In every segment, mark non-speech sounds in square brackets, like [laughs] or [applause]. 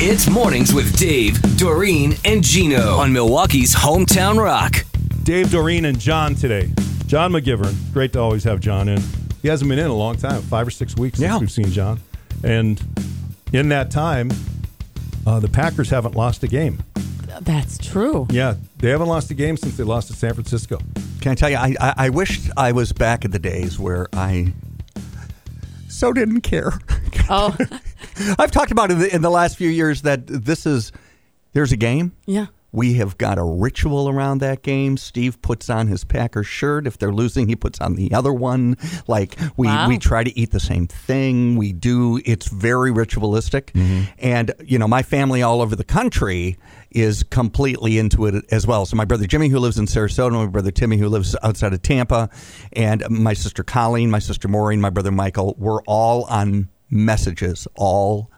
It's Mornings with Dave, Doreen, and Gino on Milwaukee's Hometown Rock. Dave, Doreen, and John today. John McGivern. Great to always have John in. He hasn't been in a long time, five or six weeks since Yeah. we've seen John. And in that time, uh, the Packers haven't lost a game. That's true. Yeah, they haven't lost a game since they lost to San Francisco. Can I tell you, I, I, I wish I was back in the days where I so didn't care. [laughs] Oh, [laughs] I've talked about it in the last few years that this is, there's a game. yeah. We have got a ritual around that game. Steve puts on his Packers shirt. If they're losing, he puts on the other one. Like we, Wow. we try to eat the same thing. We do. It's very ritualistic. And you know, my family all over the country is completely into it as well. So my brother Jimmy, who lives in Sarasota, my brother Timmy, who lives outside of Tampa, and my sister Colleen, my sister Maureen, my brother Michael, we're all on messages all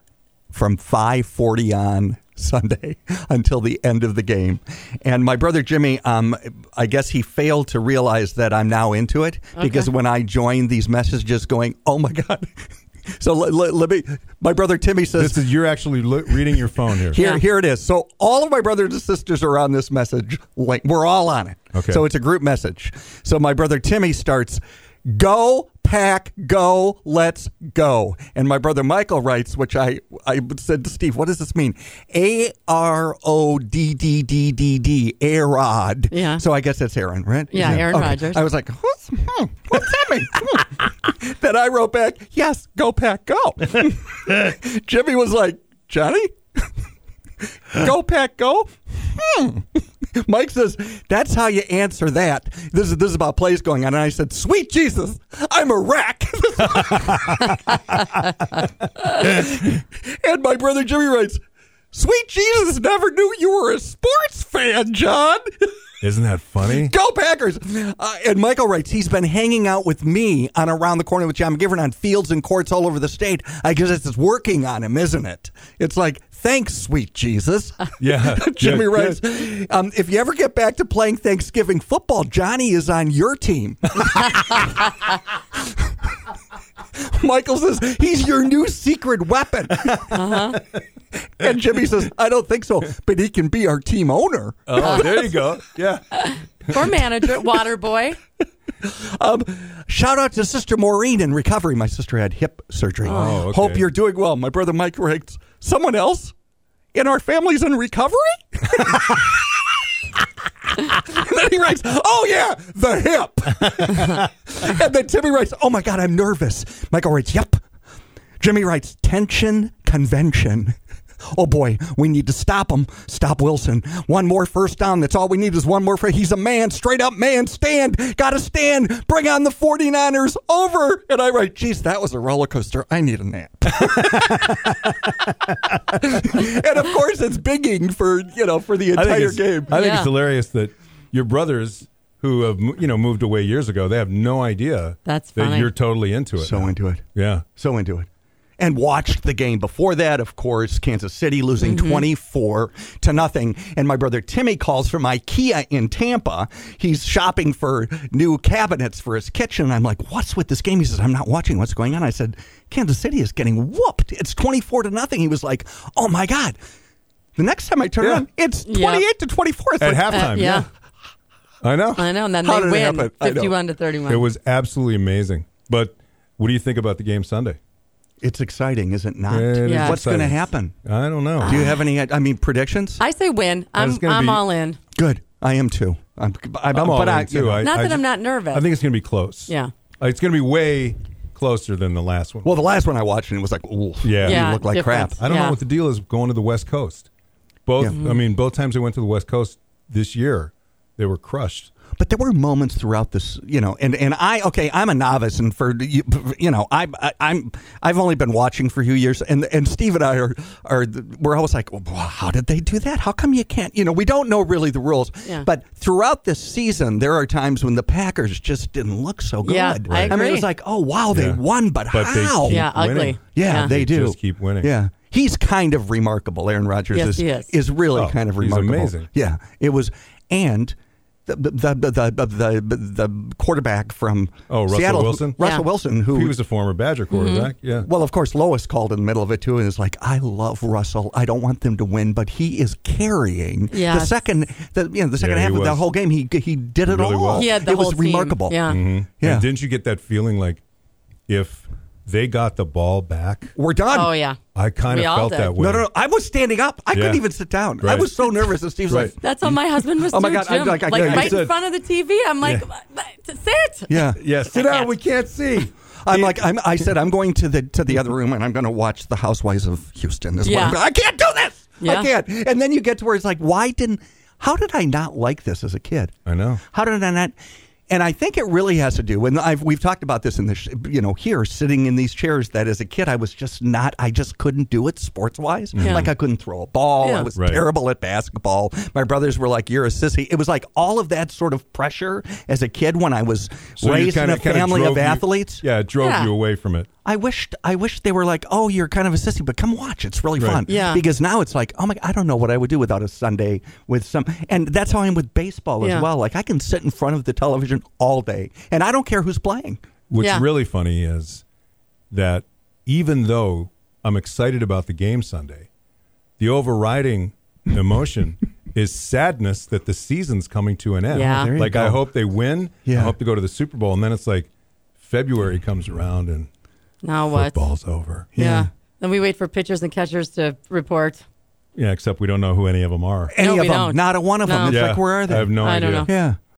from 5:40 on Sunday [laughs] until the end of the game. And my brother Jimmy, um, I guess he failed to realize that I'm now into it because when I joined these messages, going, "Oh my god." [laughs] So let, let, let me. My brother Timmy says, This is you're actually lo- reading your phone [laughs] here. here, Yeah. here it is. So all of my brothers and sisters are on this message. Like we're all on it. Okay. So it's a group message. So my brother Timmy starts, "Go pack, go, let's go." And my brother Michael writes, which I I said to Steve, "What does this mean?" A R O D D D D D. Arod. Yeah. So I guess that's Aaron, right? Yeah, Aaron Okay. Rodgers. I was like, what's, hmm, what's that mean? Hmm. [laughs] then I wrote back, "Yes, go pack, go." [laughs] Jimmy was like, Johnny, [laughs] go pack, go. Hmm. [laughs] Mike says, that's how you answer that. This is this is about plays going on. And I said, Sweet Jesus, I'm a wreck. [laughs] and my brother Jimmy writes, Sweet Jesus never knew you were a sports fan, John. [laughs] Isn't that funny? Go Packers! Uh, and Michael writes, he's been hanging out with me on Around the Corner with John McGivern on fields and courts all over the state. I guess it's working on him, isn't it? It's like, thanks, sweet Jesus. [laughs] Yeah. Jimmy Yeah. writes, um, if you ever get back to playing Thanksgiving football, Johnny is on your team. [laughs] Michael says, he's your new secret weapon. Uh-huh. and Jimmy says, I don't think so, but he can be our team owner. Oh, there you go. Yeah. Or manager, water boy. Um, shout out to Sister Maureen in recovery. My sister had hip surgery. Oh, okay. Hope you're doing well. My brother Mike writes, someone else in our family's in recovery? [laughs] and then he writes, oh, yeah, the hip. [laughs] and then Timmy writes, oh, my God, I'm nervous. Michael writes, yep. Jimmy writes, tension convention. [laughs] Oh boy, we need to stop him. Stop Wilson. One more first down. That's all we need is one more. First. He's a man, straight up man. Stand. Got to stand. Bring on the 49ers. Over. And I write, geez, that was a roller coaster. I need a nap. [laughs] and of course, it's bigging for, you know, for the I think entire it's, game. I think it's Yeah. hilarious that your brothers who have you know moved away years ago, they have no idea That's that funny. you're totally into it. So now. into it. Yeah. So into it. And watched the game before that, of course, Kansas City losing 24 to nothing. And my brother Timmy calls from IKEA in Tampa. He's shopping for new cabinets for his kitchen. I'm like, what's with this game? He says, I'm not watching. What's going on? I said, Kansas City is getting whooped. It's 24 to nothing. He was like, oh my God. The next time I turn Yeah. around, it's Yeah. 28 to 24. It's At like, halftime. Uh, yeah. yeah. I know. I know. And then How they did it win happen? I know. 51 to 31. It was absolutely amazing. But what do you think about the game Sunday? it's exciting, is it not? It is Yeah. What's going to exciting. happen? I don't know. Do you have any, I mean, predictions? I say win. I'm, That's gonna I'm be- all in. Good. I am too. I'm, I'm, I'm all but in I, too. you know. I, Not I that I'm just- not nervous. I think it's going to be close. Yeah. Uh, It's going to be way closer than the last one. well, the last one I watched and it was like, ooh, Yeah. you Yeah, look like difference. crap. I don't Yeah. know what the deal is going to the West Coast. Both, Yeah. I mean, both times they went to the West Coast this year, they were crushed. But there were moments throughout this, you know, and, and I okay, I'm a novice, and for you you know, I, I I'm I've only been watching for a few years, and and Steve and I are are we're always like, well, how did they do that? How come you can't? You know, we don't know really the rules. Yeah. But throughout this season, there are times when the Packers just didn't look so good. Yeah, I mean, it agree. was like, oh wow, they Yeah. won, but, But they how? keep Yeah, ugly. winning. Yeah, Yeah. they, They do. just keep winning. Yeah. He's kind of remarkable. Aaron Rodgers Yes, is, he is. really Oh, kind of he's remarkable. amazing. Yeah. It was and the the the the, the, the, the quarterback from Oh, Russell Seattle, Wilson? Russell Yeah. Wilson, who He was a former Badger Mm-hmm. quarterback. Yeah. well, of course, Lois called in the middle of it too, and is like, "I love Russell. I don't want them to win, but he is carrying the Yes. second, the you know, the Yeah, second he half of the was. whole game. He he did it Really all. well. Mm-hmm. He had the it whole was team. remarkable. Mm-hmm. Yeah. Yeah. And didn't you get that feeling like if they got the ball back, we're done. Oh yeah. I kind of We all felt did. that way. No, no, no. I was standing up. I Yeah. couldn't even sit down. Right. I was so nervous. And Steve's Right. like, That's how my husband was Oh, my too, God, I- Jim. like, Like, I- yeah, you right in said- front of the TV. I'm like, Yeah. "But- but sit. [laughs] "Yeah." Yeah, sit down. We can't see. I'm like, I'm, I said, I'm going to the to the other room and I'm going to watch the Housewives of Houston. As Yeah. well. I can't do this. Yeah. I can't. And then you get to where it's like, why didn't? How did I not like this as a kid? I know. How did I not? And I think it really has to do. And I've we've talked about this in the sh- you know here sitting in these chairs. That as a kid, I was just not. I just couldn't do it sports wise. Yeah. Like I couldn't throw a ball. Yeah. I was Right. terrible at basketball. My brothers were like, "You're a sissy." It was like all of that sort of pressure as a kid when I was So you raised kinda- in a kinda family drove of you- athletes. yeah, it drove Yeah. you away from it. I wished I wished they were like, oh, you're kind of a sissy, but come watch. It's really Right. fun. Yeah. Because now it's like, oh my, I don't know what I would do without a Sunday with some. And that's how I am with baseball Yeah. as well. Like I can sit in front of the television all day, and I don't care who's playing. What's Yeah. really funny is that even though I'm excited about the game Sunday, the overriding [laughs] emotion is sadness that the season's coming to an end. Yeah. There you Like I go. hope they win. I Yeah. hope they go to the Super Bowl, and then it's like February comes around and Now what? football's over. Yeah. Then we wait for pitchers and catchers to report. Yeah, except we don't know who any of them are. Any No, of we them? don't. Not a one of No. them. It's yeah, like where are they? I have no I idea. don't know. yeah.